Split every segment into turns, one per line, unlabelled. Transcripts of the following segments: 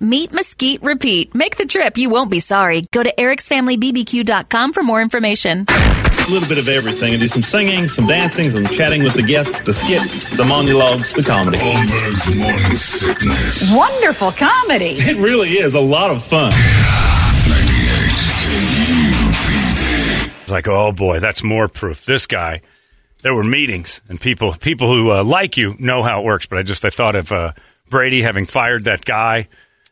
Meet Mesquite Repeat. Make the trip, you won't be sorry. Go to ericsfamilybbq.com for more information.
a little bit of everything and do some singing, some dancing, some chatting with the guests, the skits, the monologues, the comedy.
Holmberg's morning sickness.
Wonderful comedy.
It really is a lot of fun.
It's like, oh boy, that's more proof. This guy, there were meetings and people, people who uh, like you know how it works. But I just, I thought of uh, Brady having fired that guy,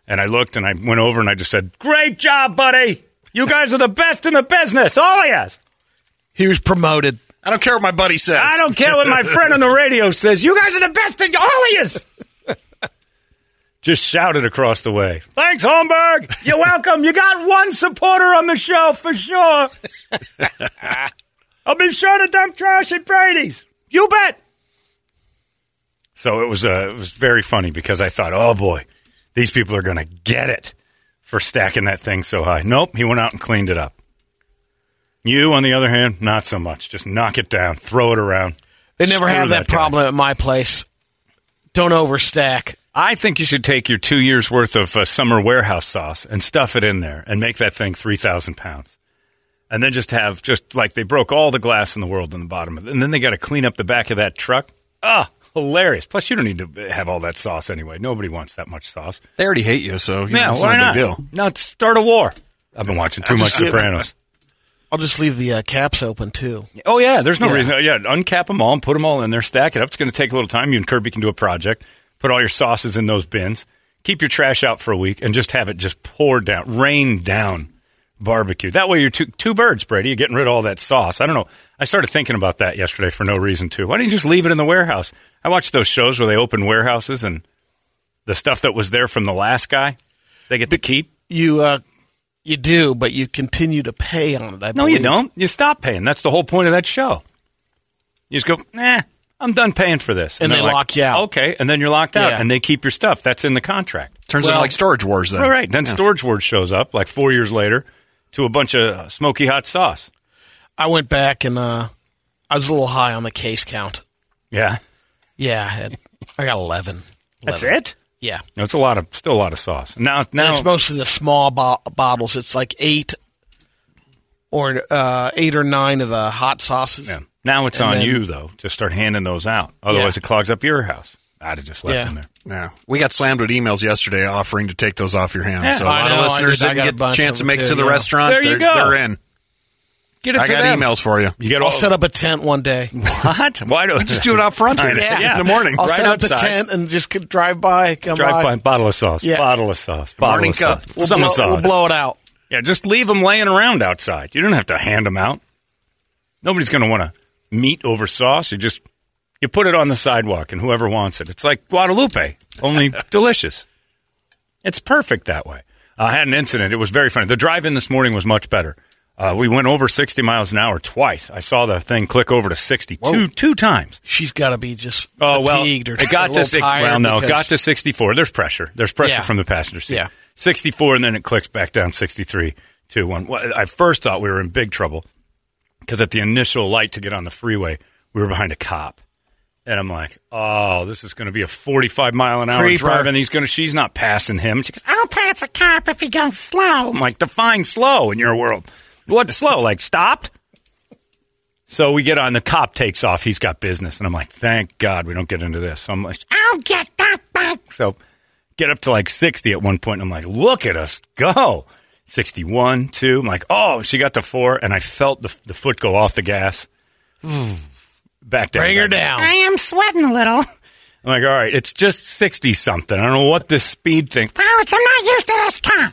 and I looked and I went over and I just said, "Great job, buddy! You guys are the best in the business, all of us.
He was promoted. I don't care what my buddy says.
I don't care what my friend on the radio says. You guys are the best in all of yous." Just shouted across the way. Thanks, Holmberg. You're welcome. You got one supporter on the show for sure. I'll be sure to dump trash at Brady's. You bet. So it was uh, it was very funny because I thought, oh boy, these people are going to get it for stacking that thing so high. Nope, he went out and cleaned it up. You, on the other hand, not so much. Just knock it down, throw it around.
They never
Screw
have that,
guy.
problem at my place. Don't overstack.
I think you should take your two years worth of uh, summer warehouse sauce and stuff it in there and make that thing 3,000 pounds. And then just have, just like they broke all the glass in the world in the bottom of it. And then they got to clean up the back of that truck. Ah, hilarious. Plus, you don't need to have all that sauce anyway. Nobody wants that much sauce.
They already hate you, so you
Yeah,
know, it's
why
not
not?
a big deal.
Not start a war. I've been watching too much
just-
Sopranos.
I'll just leave the uh, caps open too.
Oh yeah, there's no reason. Yeah, uncap them all and put them all in there. Stack it up. It's going to take a little time. You and Kirby can do a project. Put all your sauces in those bins. Keep your trash out for a week and just have it just pour down, rain down barbecue. That way you're two two birds, Brady. You're getting rid of all that sauce. I don't know. I started thinking about that yesterday for no reason too. Why didn't you just leave it in the warehouse? I watched those shows where they open warehouses and the stuff that was there from the last guy they get to keep.
You uh, you do, but you continue to pay on it. I
No, you
believe.
don't. You stop paying. That's the whole point of that show. You just go, nah, I'm done paying for this.
And
they're
they lock you out.
Okay, and then you're locked out,
Yeah.
and they keep your stuff. That's in the contract.
Turns into like storage wars then.
All right. Then Storage Wars shows up like four years later to a bunch of smoky hot sauce.
I went back and uh, I was a little high on the case count.
Yeah.
Yeah, I, had, I got eleven.
That's
11.
it?
Yeah,
No, it's a lot of, still a lot of sauce. Now,
and
now
it's mostly the small bo- bottles. It's like eight or uh, eight or nine of the hot sauces.
Yeah. Now it's
And
on
then-
you, though, to start handing those out. Otherwise,
Yeah.
it clogs up your house. I'd have just left
Yeah.
them there.
Yeah. We got slammed with emails yesterday offering to take those off your hands.
Yeah.
so a
I
lot
know, I
of listeners
did- I
didn't
got a
get
bunch
chance
of
to
them
make it
too,
to the
yeah.
restaurant.
There you
they're,
go.
they're in.
Get it
I
to
got
them.
emails for you.
You get all
I'll set up a tent one day.
What? Why do
Just do it out front here
Yeah.
in the morning.
I'll
Right
set up the
outside.
tent and just could drive by. Come
Drive by
by.
bottle of sauce.
Yeah.
Bottle of sauce. Bottle
Morning
of
cup.
sauce.
We'll
Summer
blow,
sauce.
We'll blow it out.
Yeah, just leave them laying around outside. You don't have to hand them out. Nobody's going to want to meet over sauce. You just you put it on the sidewalk, and whoever wants it, it's like Guadalupe, only delicious. It's perfect that way. I had an incident. It was very funny. The drive in this morning was much better. Uh, we went over 60 miles an hour twice. I saw the thing click over to 60 two, two times.
She's got to be just
Oh well,
fatigued or
it got
a
to
little
six,
tired
well, no, it
because-
got to sixty four. There's pressure. There's pressure
Yeah.
from the passenger seat.
Yeah.
sixty four, and then it clicks back down sixty three to one. Well, I first thought we were in big trouble because at the initial light to get on the freeway, we were behind a cop, and I'm like, oh, this is going to be a forty five mile an hour
Creeper.
drive, and he's going to. She's not passing him. She goes, I'll pass a cop if he goes slow. I'm like, define slow in your world. What slow? Like stopped? So we get on. The cop takes off. He's got business, and I'm like, "Thank God we don't get into this." So I'm like, "I'll get that back." So get up to like 60 at one point, and I'm like, "Look at us go!" 61, two. I'm like, "Oh, she got to four, and I felt the, the foot go off the gas. back down.
Bring her
back
down.
I am sweating a little. I'm like, "All right, it's just 60 something. I don't know what this speed thing." Pilots, I'm not used to this cop.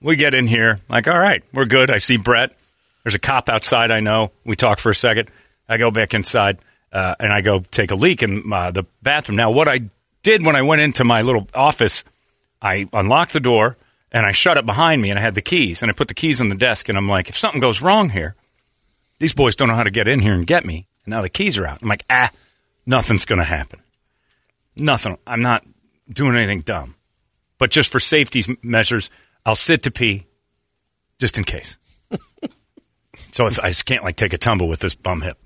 We get in here, like, all right, we're good. I see Brett. There's a cop outside. I know. We talk for a second. I go back inside uh, and I go take a leak in uh, the bathroom. Now, what I did when I went into my little office, I unlocked the door and I shut it behind me, and I had the keys and I put the keys on the desk. And I'm like, if something goes wrong here, these boys don't know how to get in here and get me. And now the keys are out. I'm like, ah, nothing's going to happen. Nothing. I'm not doing anything dumb. But just for safety measures, I'll sit to pee just in case. so if I just can't like take a tumble with this bum hip.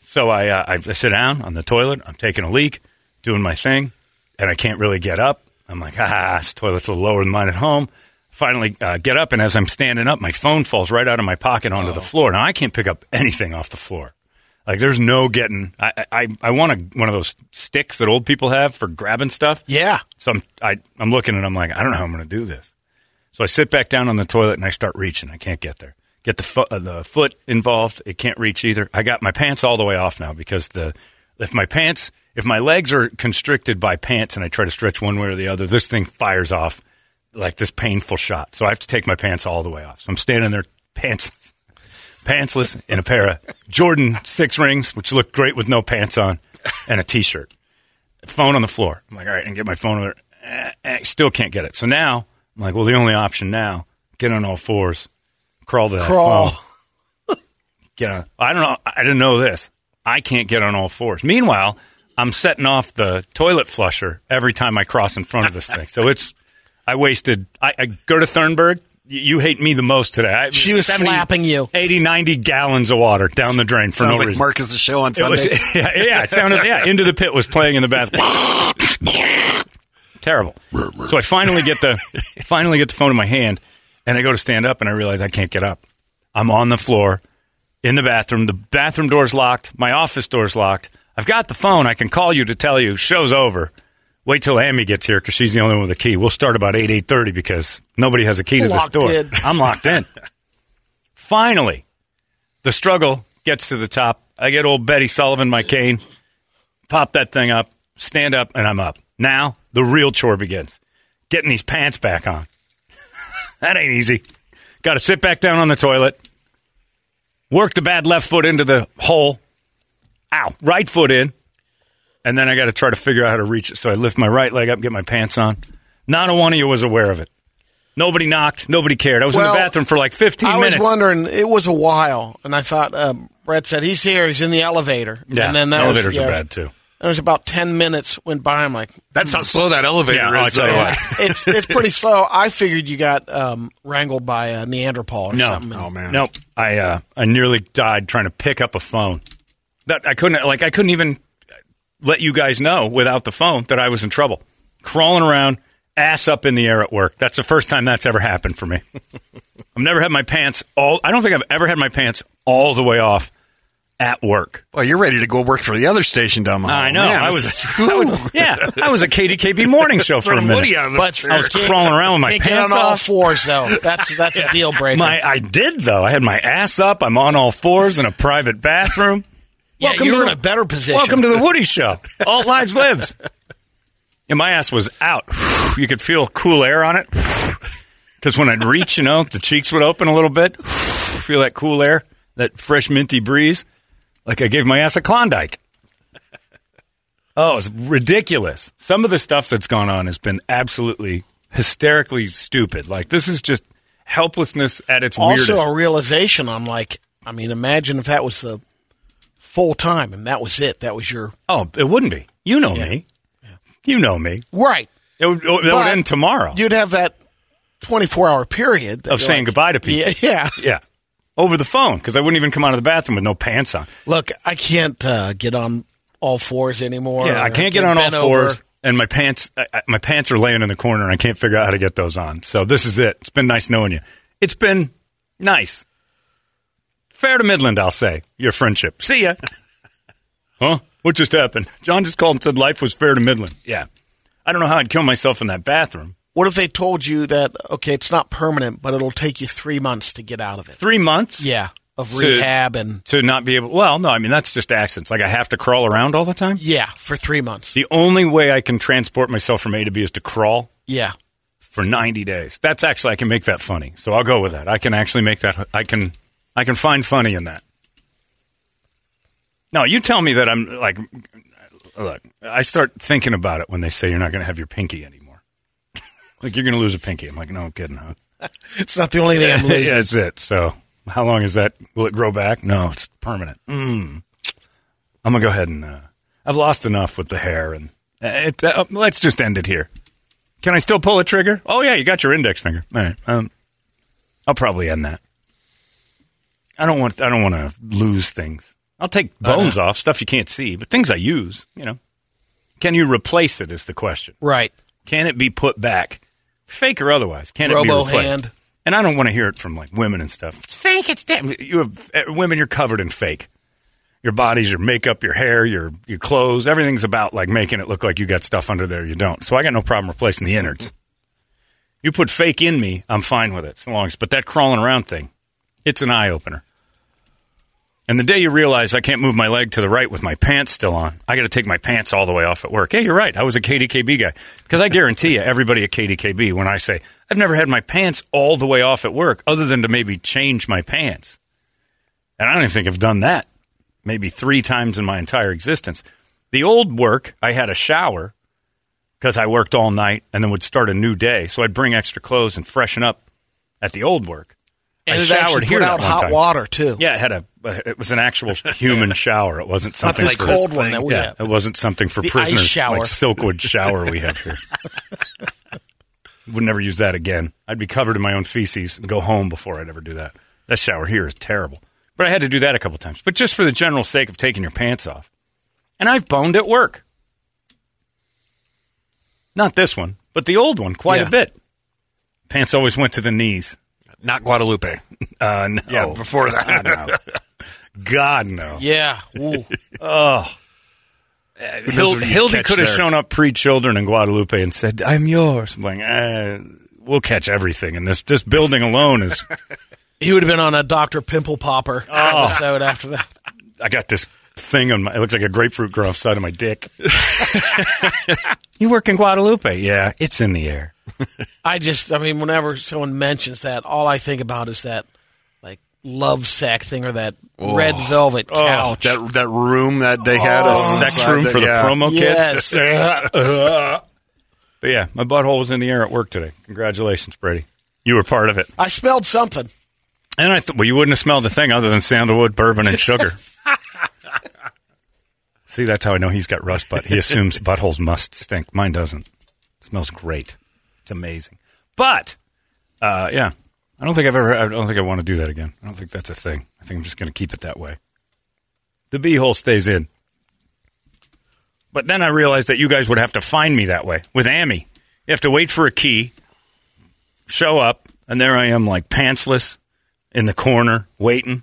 So I, uh, I sit down on the toilet. I'm taking a leak, doing my thing, and I can't really get up. I'm like, ah, this toilet's a little lower than mine at home. Finally, uh, get up, and as I'm standing up, my phone falls right out of my pocket onto the floor. Now I can't pick up anything off the floor. Like there's no getting. I I- I, I want a, one of those sticks that old people have for grabbing stuff.
Yeah.
So I'm, I, I'm looking and I'm like, I don't know how I'm going to do this. So I sit back down on the toilet and I start reaching. I can't get there. Get the, fo- uh, the foot involved. It can't reach either. I got my pants all the way off now because the if my pants if my legs are constricted by pants and I try to stretch one way or the other, this thing fires off like this painful shot. So I have to take my pants all the way off. So I'm standing there pants pantsless in a pair of Jordan six rings, which look great with no pants on, and a t-shirt phone on the floor. I'm like, all right, and get my phone over there. Eh, eh, still can't get it. So now I'm like, well, the only option now, get on all fours, crawl to that
Crawl.
phone. Get on. I don't know. I didn't know this. I can't get on all fours. Meanwhile, I'm setting off the toilet flusher every time I cross in front of this thing. So it's, I wasted. I, I go to Thurnberg. You, you hate me the most today. I,
She was slapping you.
80, 90 gallons of water down the drain for
Sounds
no
like
reason.
Mark is the show on
It was-
Sunday.
yeah, yeah, it sounded yeah. Into the pit was playing in the bathroom. Terrible. So I finally get the finally get the phone in my hand, and I go to stand up, and I realize I can't get up. I'm on the floor in the bathroom. The bathroom door's locked. My office door's locked. I've got the phone. I can call you to tell you show's over. Wait till Amy gets here because she's the only one with a key. We'll start about eight eight thirty because nobody has a key to
Locked
this door.
in.
I'm locked in. Finally, the struggle gets to the top. I get old Betty Sullivan, my cane, pop that thing up, stand up, and I'm up. Now the real chore begins getting these pants back on. that ain't easy. Got to sit back down on the toilet, work the bad left foot into the hole, ow, right foot in, and then I got to try to figure out how to reach it. So I lift my right leg up, get my pants on. Not a one of you was aware of it. Nobody knocked. Nobody cared. I was in
Well,
the bathroom for like 15
I
minutes.
was wondering. It was a while, and I thought um, Brett said he's here. He's in the elevator.
yeah,
and then that
elevators
was, yeah,
are bad too.
It was about ten minutes went by. I'm like,
That's how slow that elevator
Yeah, I'll
is.
tell you
though.
what.
it's it's pretty slow. I figured you got um, wrangled by a Neanderthal or
No,
something.
Oh man.
Nope. I uh, I nearly died trying to pick up a phone. That I couldn't like I couldn't even let you guys know without the phone that I was in trouble. Crawling around, ass up in the air at work. That's the first time that's ever happened for me. I've never had my pants all I don't think I've ever had my pants all the way off at work.
Well, you're ready to go work for the other station down the hall.
I know.
Oh, Man,
I was,
this is-
I was yeah, I was a KDKB morning show for a
Throwing
minute.
Woody out of the
But-
chair.
I was
Can't-
crawling around with my
Can't get
pants
on all
off.
fours though. That's that's a deal breaker.
My, I did though. I had my ass up. I'm on all fours in a private bathroom.
Yeah, you're in
the-
a better position.
Welcome to the Woody Show. All lives lives. And my ass was out. You could feel cool air on it. Because when I'd reach, you know, the cheeks would open a little bit. Feel that cool air, that fresh minty breeze. Like I gave my ass a Klondike. Oh, it's ridiculous. Some of the stuff that's gone on has been absolutely hysterically stupid. Like this is just helplessness at its
also
weirdest.
a realization i'm like i mean imagine if that was the full time and that was it that was your
oh, it wouldn't be. You know me. You know me.
right
It would, it would
But
end tomorrow
you'd have that 24 hour period that
of
you're
saying
like-
goodbye to people.
yeah, yeah
Yeah. Over the phone because I wouldn't even come out of the bathroom with no pants on.
look i can't uh, get on all fours anymore
Yeah, I can't get on all
bent over.
fours, and my pants I, I- my pants are laying in the corner, and I can't figure out how to get those on. So this is it. It's been nice knowing you. It's been nice, fair to Midland, I'll say. Your friendship. See ya. huh? What just happened? John just called and said life was fair to Midland. Yeah, I don't know how I'd kill myself in that bathroom.
what if they told you that okay it's not permanent but it'll take you three months to get out of it
Three months.
yeah of
So-
rehab and
To not be able. Well, no, I mean that's just accidents. Like I have to crawl around all the time.
yeah for three months
The only way I can transport myself from A to B is to crawl.
yeah
for 90 days. That's actually I can make that funny. So I'll go with that. I can actually make that I can I can find funny in that. No, you tell me that I'm like look, I start thinking about it when they say you're not going to have your pinky anymore. like you're going to lose a pinky. I'm like, "No, I'm kidding, huh?"
it's not the only thing i'm losing
yeah, that's it. So, how long is that? Will it grow back? No, it's permanent. Mm. I'm gonna go ahead and uh, I've lost enough with the hair, and uh, it, uh, let's just end it here. Can I still pull a trigger? Oh yeah, you got your index finger. All right, um, I'll probably end that. I don't want I don't want to lose things. I'll take bones off, stuff you can't see, but things I use, you know. Can you replace it? Is the question.
right
Can it be put back, fake or otherwise? Can it be
Robo
replaced?
hand.
And I don't want to hear it from like women and stuff. It's fake. It's damn. You have eh, women. You're covered in fake. Your bodies, your makeup, your hair, your your clothes. Everything's about like making it look like you got stuff under there you don't. So I got no problem replacing the innards. You put fake in me, I'm fine with it. So long as, but that crawling around thing, it's an eye opener. And the day you realize I can't move my leg to the right with my pants still on, I got to take my pants all the way off at work. Yeah, you're right. I was a KDKB guy. Because I guarantee you, everybody at KDKB, when I say, I've never had my pants all the way off at work, other than to maybe change my pants. And I don't even think I've done that maybe three times in my entire existence. The old work, I had a shower because I worked all night and then would start a new day. So I'd bring extra clothes and freshen up at the old work.
and
I
it
showered
actually
here
put
that
out
one
hot
time.
water too
Yeah, it had a. It was an actual human shower. It wasn't
not
something
this
for
cold one that we
yeah,
have
it wasn't something for
The ice
prisoners
shower.
like Silkwood shower we have here. Would never use that again. I'd be covered in my own feces and go home before I'd ever do that. That shower here is terrible. But I had to do that a couple times. But just for the general sake of taking your pants off. And I've boned at work. Not this one, but the old one quite
Yeah.
a bit. Pants always went to the knees.
oh, Not Guadalupe.
Uh, no.
Yeah, before that.
God, no. God, no.
yeah Ooh.
Hild-
Hildy
Hildy
catch
could have
there.
shown up pre-children in Guadalupe and said, "I'm yours." I'm like, eh, we'll catch everything, and this this building alone is.
He would have been on a Dr. Pimple Popper
Oh.
episode after that.
I got this thing on my. It looks like a grapefruit growing off the side of my dick. you work in Guadalupe? Yeah, it's in the air.
I just, I mean, whenever someone mentions that, all I think about is that like love sack thing or that
Oh.
red velvet couch.
That that room that they had a
Sex room for the promo
yes.
kids. But yeah, my butthole was in the air at work today. Congratulations, Brady. You were part of it.
I smelled something.
And I thought, well, you wouldn't have smelled a thing other than sandalwood, bourbon, and sugar. See, that's how I know he's got rust butt. He assumes buttholes must stink. Mine doesn't. It smells great. It's amazing. But, uh, yeah, I don't think I've ever, I don't think I want to do that again. I don't think that's a thing. I think I'm just going to keep it that way. The bee hole stays in. But then I realized that you guys would have to find me that way with Amy. You have to wait for a key, show up, and there I am, like pantsless in the corner waiting.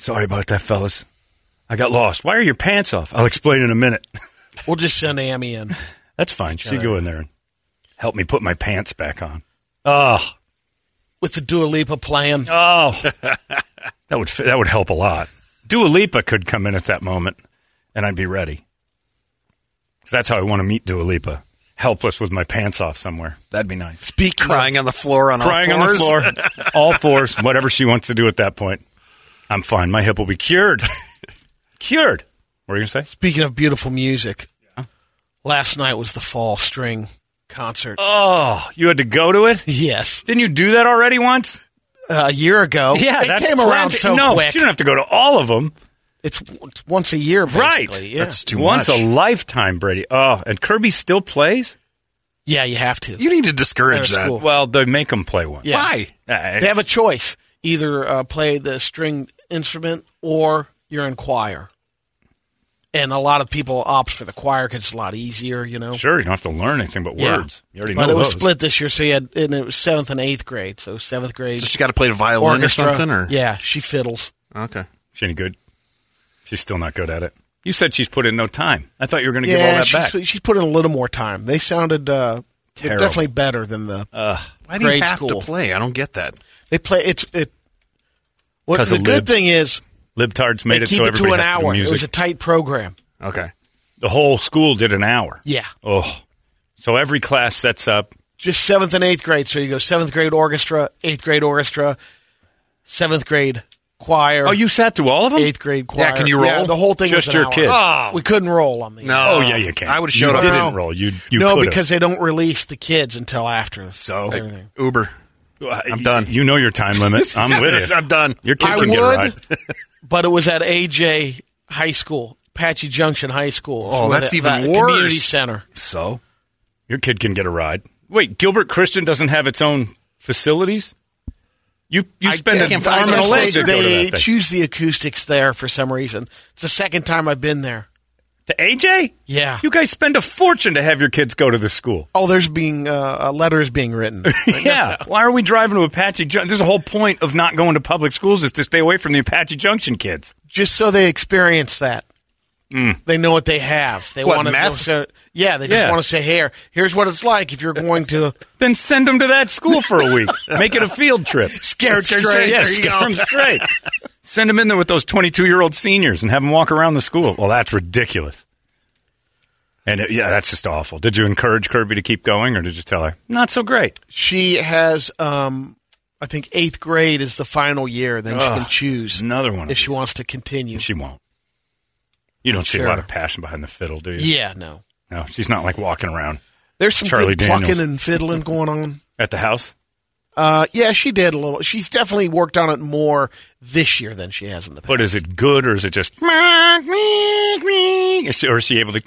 Sorry about that, fellas. I got lost. Why are your pants off? I'll explain in a minute.
We'll just send Amy in.
That's fine. She go in there. and help me put my pants back on. Oh,
with the Dua Lipa playing.
oh, that would fi- that would help a lot. Dua Lipa could come in at that moment, and I'd be ready. 'Cause that's how I want to meet Dua Lipa. Helpless with my pants off somewhere. That'd be nice.
Be crying on the floor on
Crying
all
on the
fours.
floor, all fours, whatever she wants to do at that point. I'm fine. My hip will be cured. cured. What are you gonna say?
Speaking of beautiful music, last night was the fall string concert.
Oh, you had to go to it.
Yes,
Didn't you do that already once?
uh, a year ago.
Yeah,
it
that's
came around
plenty-
so
no,
quick.
you don't have to go to all of them.
It's, it's once a year,
Right.
basically. Yeah.
That's too
Once
much.
a lifetime, Brady. Oh, and Kirby still plays.
yeah, you have to.
you need to discourage
Better
that.
school.
Well, they make him play one.
Yeah.
Why?
Uh,
They have a choice: either uh, play the string instrument or you're in choir. And a lot of people opt for the choir because it's a lot easier, you know.
sure, you don't have to learn anything but
Yeah.
words. You already
But
know
it was
those.
split this year, so you had, and it was seventh and eighth grade. So seventh grade
So she got to play the violin
orchestra.
or something, or
yeah, she fiddles.
okay.
She any good? She's still not good at it. You said she's put in no time. I thought you were going to give all that
she's,
back.
she's put in a little more time. They sounded uh, they're
Terrible. Uh,
definitely better than the.
Why do you
Grade
have
school.
to play? I don't get that.
they play it's it. What
'Cause
the
of
good
lib.
thing is
Libtards
they
made it
keep
so
it to
everybody
an
has to do
hour. It
music.
was a tight program.
Okay.
the whole school did an hour.
Yeah,
Oh, so every class sets up.
just seventh and eighth grade. So you go seventh grade orchestra, eighth grade orchestra, seventh grade choir.
Oh, you sat through all of them.
eighth grade choir.
Yeah, can you roll?
the whole thing
Just
was an
your
hour.
kid.
Oh. We couldn't roll on the.
Oh yeah, you can.
I would have showed
you
up.
Didn't
Well,
roll. You Oh, you
no,
could've.
because they don't release the kids until after.
So
everything.
Uber.
Uh,
I'm done.
You know your time limit. I'm with you.
I'm done.
Your kid
I
can get a ride.
would, but it was at AJ High School, Patchy Junction High School.
Oh,
for
that's
the-
even
the Community
worse.
center.
So your kid can get a ride. Wait, Gilbert Christian doesn't have its own facilities. You you
I
spend
can't
an
find
arm and
that
a leg
they
to go to that thing.
choose the acoustics there for some reason. It's the second time I've been there.
To AJ?
Yeah.
You guys spend a fortune to have your kids go to the school.
Oh, there's being uh, uh, letters being written.
Yeah. Why are we driving to Apache Junction? There's a whole point of not going to public schools is to stay away from the Apache Junction kids.
just so they experience that. They know what they have. They
What,
want to.
math?
So, yeah, they just
Mm. Yeah.
want to say, "Here, here's what it's like if you're going to."
Then send them to that school for a week. Make it a field trip.
Scare 'em straight.
Yeah,
There you
scare
go.
'em straight. Send them in there with those 22 year old seniors and have them walk around the school. Well, that's ridiculous. And it- yeah, that's just awful. Did you encourage Kirby to keep going or did you tell her, not so great?
She has, um, I think, eighth grade is the final year. Then she can choose
Another one. of
if she
these.
wants to continue.
She won't. You don't see
Sure.
a lot of passion behind the fiddle, do you?
Yeah, no.
No, she's not like walking around
There's some
Charlie
good
Daniels.
plucking and fiddling going on.
at the house.
Uh, yeah, she did a little. She's definitely worked on it more this year than she has in the past.
But is it good or is it just. Is she- Or is she able to.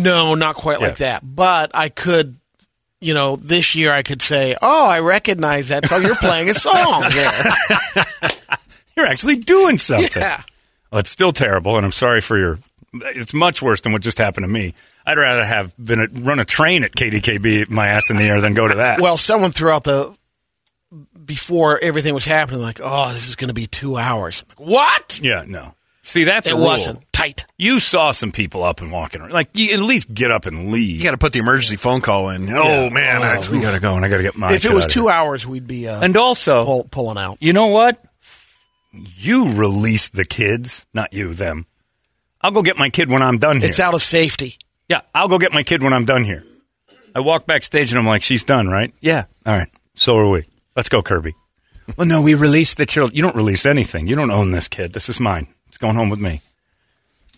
No, not quite like
Yes.
that. But I could, you know, this year I could say, "Oh, I recognize that song. You're playing a song there."
You're actually doing something.
yeah.
Well, it's still terrible, and I'm sorry for your. It's much worse than what just happened to me. I'd rather have been a, run a train at KDKB, my ass in the air, than go to that.
Well, someone throughout the before everything was happening, like, "Oh, this is going to be two hours." I'm like, what?
yeah, no. See, that's
it
a rule.
wasn't tight.
You saw some people up and walking around. Like, you at least get up and leave.
You got to put the emergency phone call in. Oh man, I,
we gotta go, and I gotta get my.
if it
kid
was
out of
two
here.
hours, we'd be uh,
and also
pull, pulling out.
you know what? You release the kids, not you, them. I'll go get my kid when I'm done here.
It's out of safety.
Yeah, I'll go get my kid when I'm done here. I walk backstage and I'm like, she's done, right? Yeah. All right. So are we. Let's go, Kirby. well, no, we released the child. You don't release anything. You don't own this kid. This is mine. It's going home with me.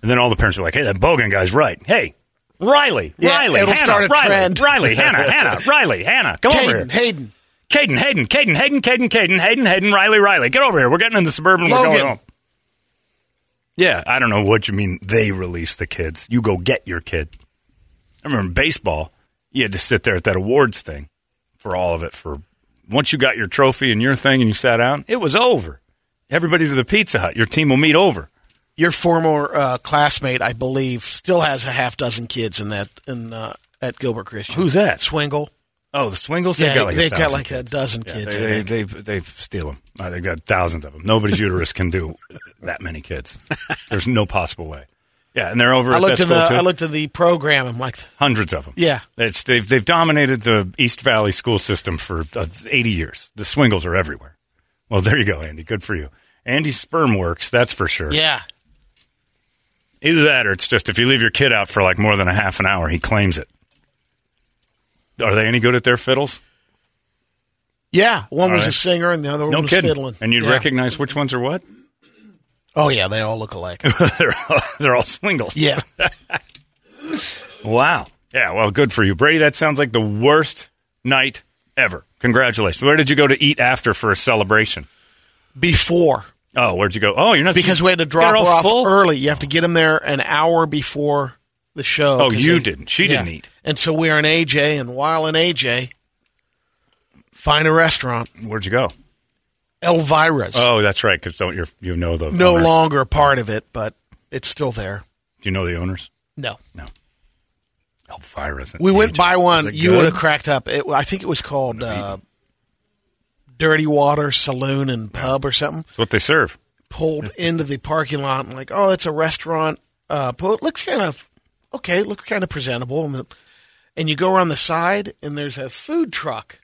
And then all the parents are like, hey, that Bogan guy's right. Hey, Riley,
Yeah,
Riley,
it'll
Hannah,
start a
Riley,
trend.
Riley, Hannah, Hannah, Riley, Hannah, come over here.
Hayden, Hayden,
Caden, Hayden, Caden, Hayden, Caden, Caden, Hayden, Hayden, Riley, Riley. Get over here. We're getting in the suburban. We're
Logan.
going home. Yeah, I don't know what you mean. They release the kids. You go get your kid. I remember in baseball. You had to sit there at that awards thing for all of it. For once you got your trophy and your thing, and you sat down, it was over. Everybody to the Pizza Hut. Your team will meet over.
your former uh, classmate, I believe, still has a half dozen kids in that in uh, at Gilbert Christian.
Who's that?
Swingle?
Oh, the Swingles.
Yeah,
they got like
they've
a
got
thousand
like a dozen
Yeah,
kids. I
They,
think.
they, they, they steal them. Uh, they've got thousands of them. Nobody's uterus can do that many kids. There's no possible way. Yeah, and they're over
I
at
looked
that
in
school
the
too.
I looked in the program. I'm like,
Hundreds of them.
yeah,
It's, they've, they've dominated the East Valley school system for uh, 80 years. The swingles are everywhere. Well, there you go, Andy. Good for you. Andy's sperm works, that's for sure.
yeah.
Either that or it's just if you leave your kid out for like more than a half an hour, he claims it. Are they any good at their fiddles?
Yeah, one
All
was
right.
a singer and the other
No
one was
kidding.
fiddling.
And you'd
Yeah.
recognize which ones are what?
Oh yeah, they all look alike.
they're, all, they're all swingles.
yeah,
Wow. Yeah, well, good for you. Brady, that sounds like the worst night ever. Congratulations. Where did you go to eat after for a celebration?
before
Oh, where'd you go? Oh, you're not
because we had to
They're
drop her
all
off
full?
early. You have to get them there an hour before the show.
Oh,
'cause
you
they-
didn't. She didn't eat.
And so we were in AJ, and while in AJ, find a restaurant,
Where'd you go?
Elvira's.
Oh, that's right. Because don't you you know the
no
owners.
longer a part of it, but it's still there.
Do you know the owners?
No,
Elvira's. in
we went
Egypt.
by
it
one. You
good?
would have cracked up. It, I think it was called uh, Dirty Water Saloon and Pub or something.
That's what they serve.
pulled into the parking lot and like, oh, it's a restaurant. Uh, but it looks kind of okay. It looks kind of presentable. And, the- and you go around the side and there's a food truck,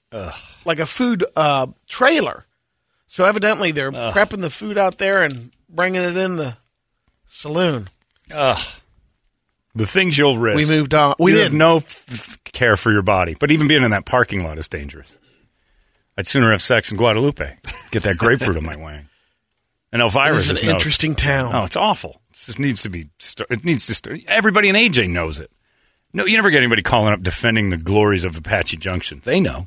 like a food uh, trailer. So evidently they're prepping the food out there and bringing it in the saloon.
The things you'll risk.
We moved on. We
you have
didn't.
no f- f- care for your body, but even being in that parking lot is dangerous. I'd sooner have sex in Guadalupe, get that grapefruit on my wang, and Elvira's
It's an
is no-
interesting town.
Oh, it's awful. It just needs to be. st- It needs to. st- Everybody in AJ knows it. No, you never get anybody calling up defending the glories of Apache Junction. They know.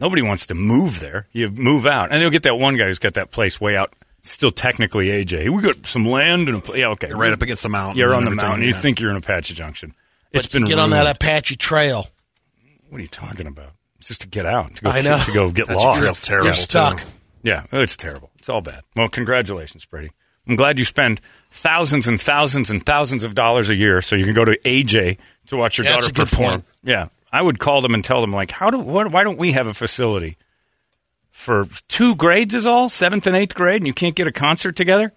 Nobody wants to move there. You move out, and they'll get that one guy who's got that place way out. Still technically AJ. We got some land and a pla- yeah, okay.
You're right up against the mountain
You're on
and
the
everything,
mountain. You
yeah.
think you're in Apache Junction.
But
It's been
get on that
ruined.
Apache Trail.
What are you talking about? It's just to get out. To go,
I know.
To go get
That's
lost.
real terrible.
You're stuck.
too.
Yeah, it's terrible. It's all bad. Well, congratulations, Brady. I'm glad you spend thousands and thousands and thousands of dollars a year so you can go to AJ to watch your
Yeah, that's
daughter
a good
perform.
point.
Yeah, I would call them and tell them like, how do what, why don't we have a facility for two grades is all seventh and eighth grade, and you can't get a concert together?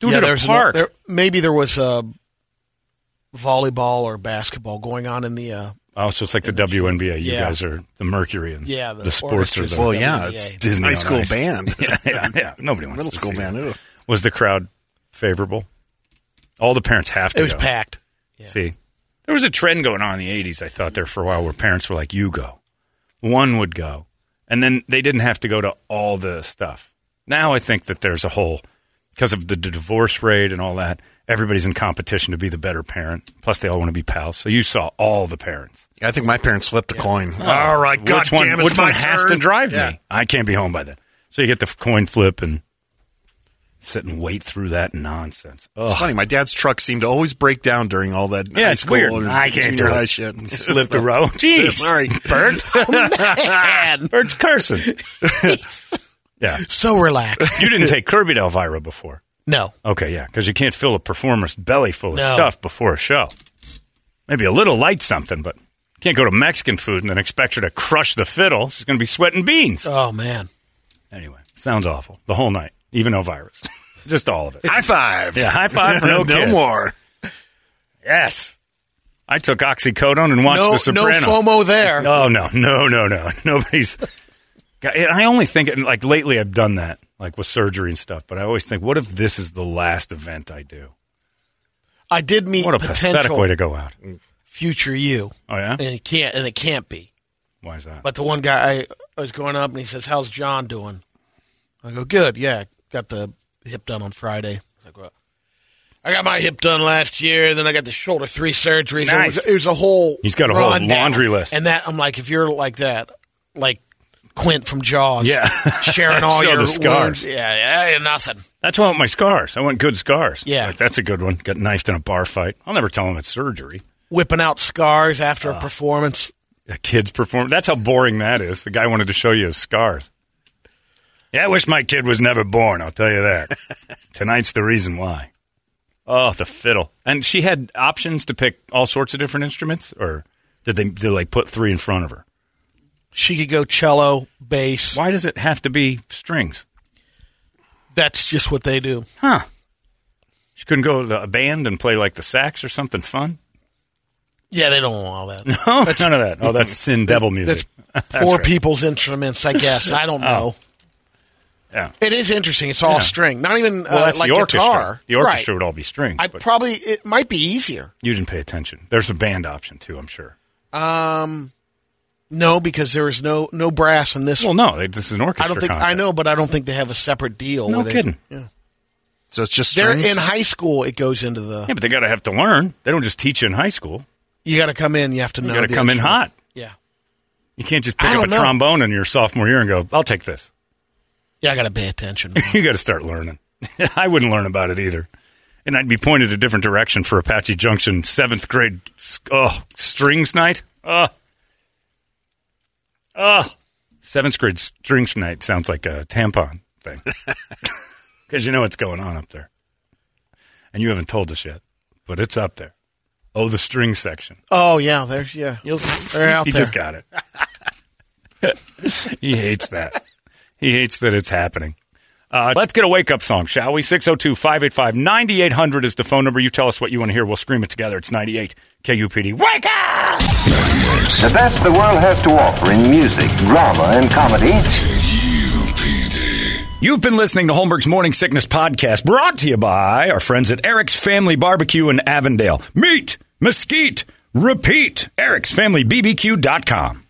Do it at
there's
a
no-
park.
there- maybe there was a volleyball or basketball going on in the. Uh,
oh, so it's like the WNBA. You
Yeah.
guys are the Mercury and
Yeah,
the,
the
sports are
orchestras.
the
Well, yeah,
WNBA.
it's
Disney
Disney
on
high school
ice.
band,
yeah, yeah, yeah. Nobody wants
middle
to
school
see
band.
that.
Ooh.
Was the crowd favorable? All the parents have to.
it was
go.
packed.
See, there was a trend going on in the '80s. I thought there for a while where parents were like, "You go," one would go, and then they didn't have to go to all the stuff. Now I think that there's a whole because of the d- divorce rate and all that. Everybody's in competition to be the better parent. Plus, they all want to be pals. So you saw all the parents.
I think my parents flipped a coin. All right, God
Oh. which one?
damn it,
which
my
one has to
turn.
drive
Yeah.
me? I can't be home by then. So you get the f- coin flip and sit and wait through that nonsense.
It's
Ugh.
funny. My dad's truck seemed to always break down during all that.
Yeah,
high
it's
school
weird.
and
I can't
junior
do
high
it.
shit.
Slip the road. Jeez.
Sorry, Bert.
Man,
Bird's cursing. yeah.
so relaxed.
You didn't take Kirby to Elvira before.
No,
Okay, yeah, because you can't fill a performer's belly full of
No.
stuff before a show. Maybe a little light something, but you can't go to Mexican food and then expect her to crush the fiddle. She's going to be sweating beans.
oh man,
Anyway, sounds awful. The whole night, even Elvira's. Just all of it.
high five.
Yeah, high five for no
no
kids.
more.
Yes. I took oxycodone and watched
no,
The
no
Sopranos.
FOMO there.
Oh no, no, no, no. Nobody's. God, and I only think, and like lately, I've done that, like with surgery and stuff. But I always think, what if this is the last event I do?
I did meet
What a pathetic
potential
way to go out.
future you,
Oh yeah,
and it can't, and it can't be.
why is that?
But the one guy I, I was going up, and he says, "How's John doing?" I go, "Good, yeah, got the hip done on Friday." I go, I got my hip done last year, then I got the shoulder three surgeries. and
Nice.
It, was, it was a whole.
He's got a whole
rundown.
laundry list.
and that I'm like, if you're like that, like Quint from Jaws,
Yeah.
sharing all
Show
your
the scars.
wounds, yeah, yeah, nothing.
That's why I want my scars. I want good scars.
Yeah.
Like, that's a good one. Got knifed in a bar fight. I'll never tell him it's surgery.
whipping out scars after
Ah.
a performance.
A kid's perform. That's how boring that is. The guy wanted to show you his scars. Yeah, I wish my kid was never born. I'll tell you that. Tonight's the reason why. Oh, the fiddle. And she had options to pick all sorts of different instruments, or did they did they put three in front of her?
She could go cello, bass.
Why does it have to be strings?
That's just what they do.
Huh? She couldn't go to a band and play like the sax or something fun.
Yeah, they don't allow that.
No, none of that. Oh, that's sin devil music.
That's poor people's instruments, I guess. I don't know.
Yeah.
It is interesting. It's all
Oh. Yeah.
string, not even
Well,
uh,
that's
like
the orchestra.
guitar.
The orchestra would all be string.
I
but
probably it might be easier.
you didn't pay attention. There's a band option too. I'm sure.
Um, no, because there is no no brass in this.
Well, no, they- this is an orchestra.
I don't think I
contest.
know, but I don't think they have a separate deal.
No
where they-
kidding.
yeah.
So it's just
They're
strings.
in high school. It goes into the.
Yeah, but they got to have to learn. They don't just teach you in high school.
You got to come in. You have to
You
know.
got to
the
come in hot.
instrument. Yeah.
You can't just
I
pick up a
don't know.
trombone in your sophomore year and go, "I'll take this."
Yeah, I got to pay attention.
you got to start learning. I wouldn't learn about it either. And I'd be pointed a different direction for Apache Junction seventh grade s- oh, strings night. Oh. Oh. Seventh grade strings night sounds like a tampon thing. Because you know what's going on up there. And you haven't told us yet, but it's up there. Oh, the string section.
oh yeah, there's yeah.
You'll
They're out
he
there.
just got it. he hates that. He hates that it's happening. Uh, let's get a wake up song, shall we? 602 585 9800 is the phone number. You tell us what you want to hear. We'll scream it together. It's 98 KUPD. Wake up!
The best the world has to offer in music, drama, and comedy.
KUPD.
You've been listening to Holmberg's Morning Sickness Podcast, brought to you by our friends at Eric's Family Barbecue in Avondale. Meet, mesquite, repeat. Eric'sFamilyBBQ.com.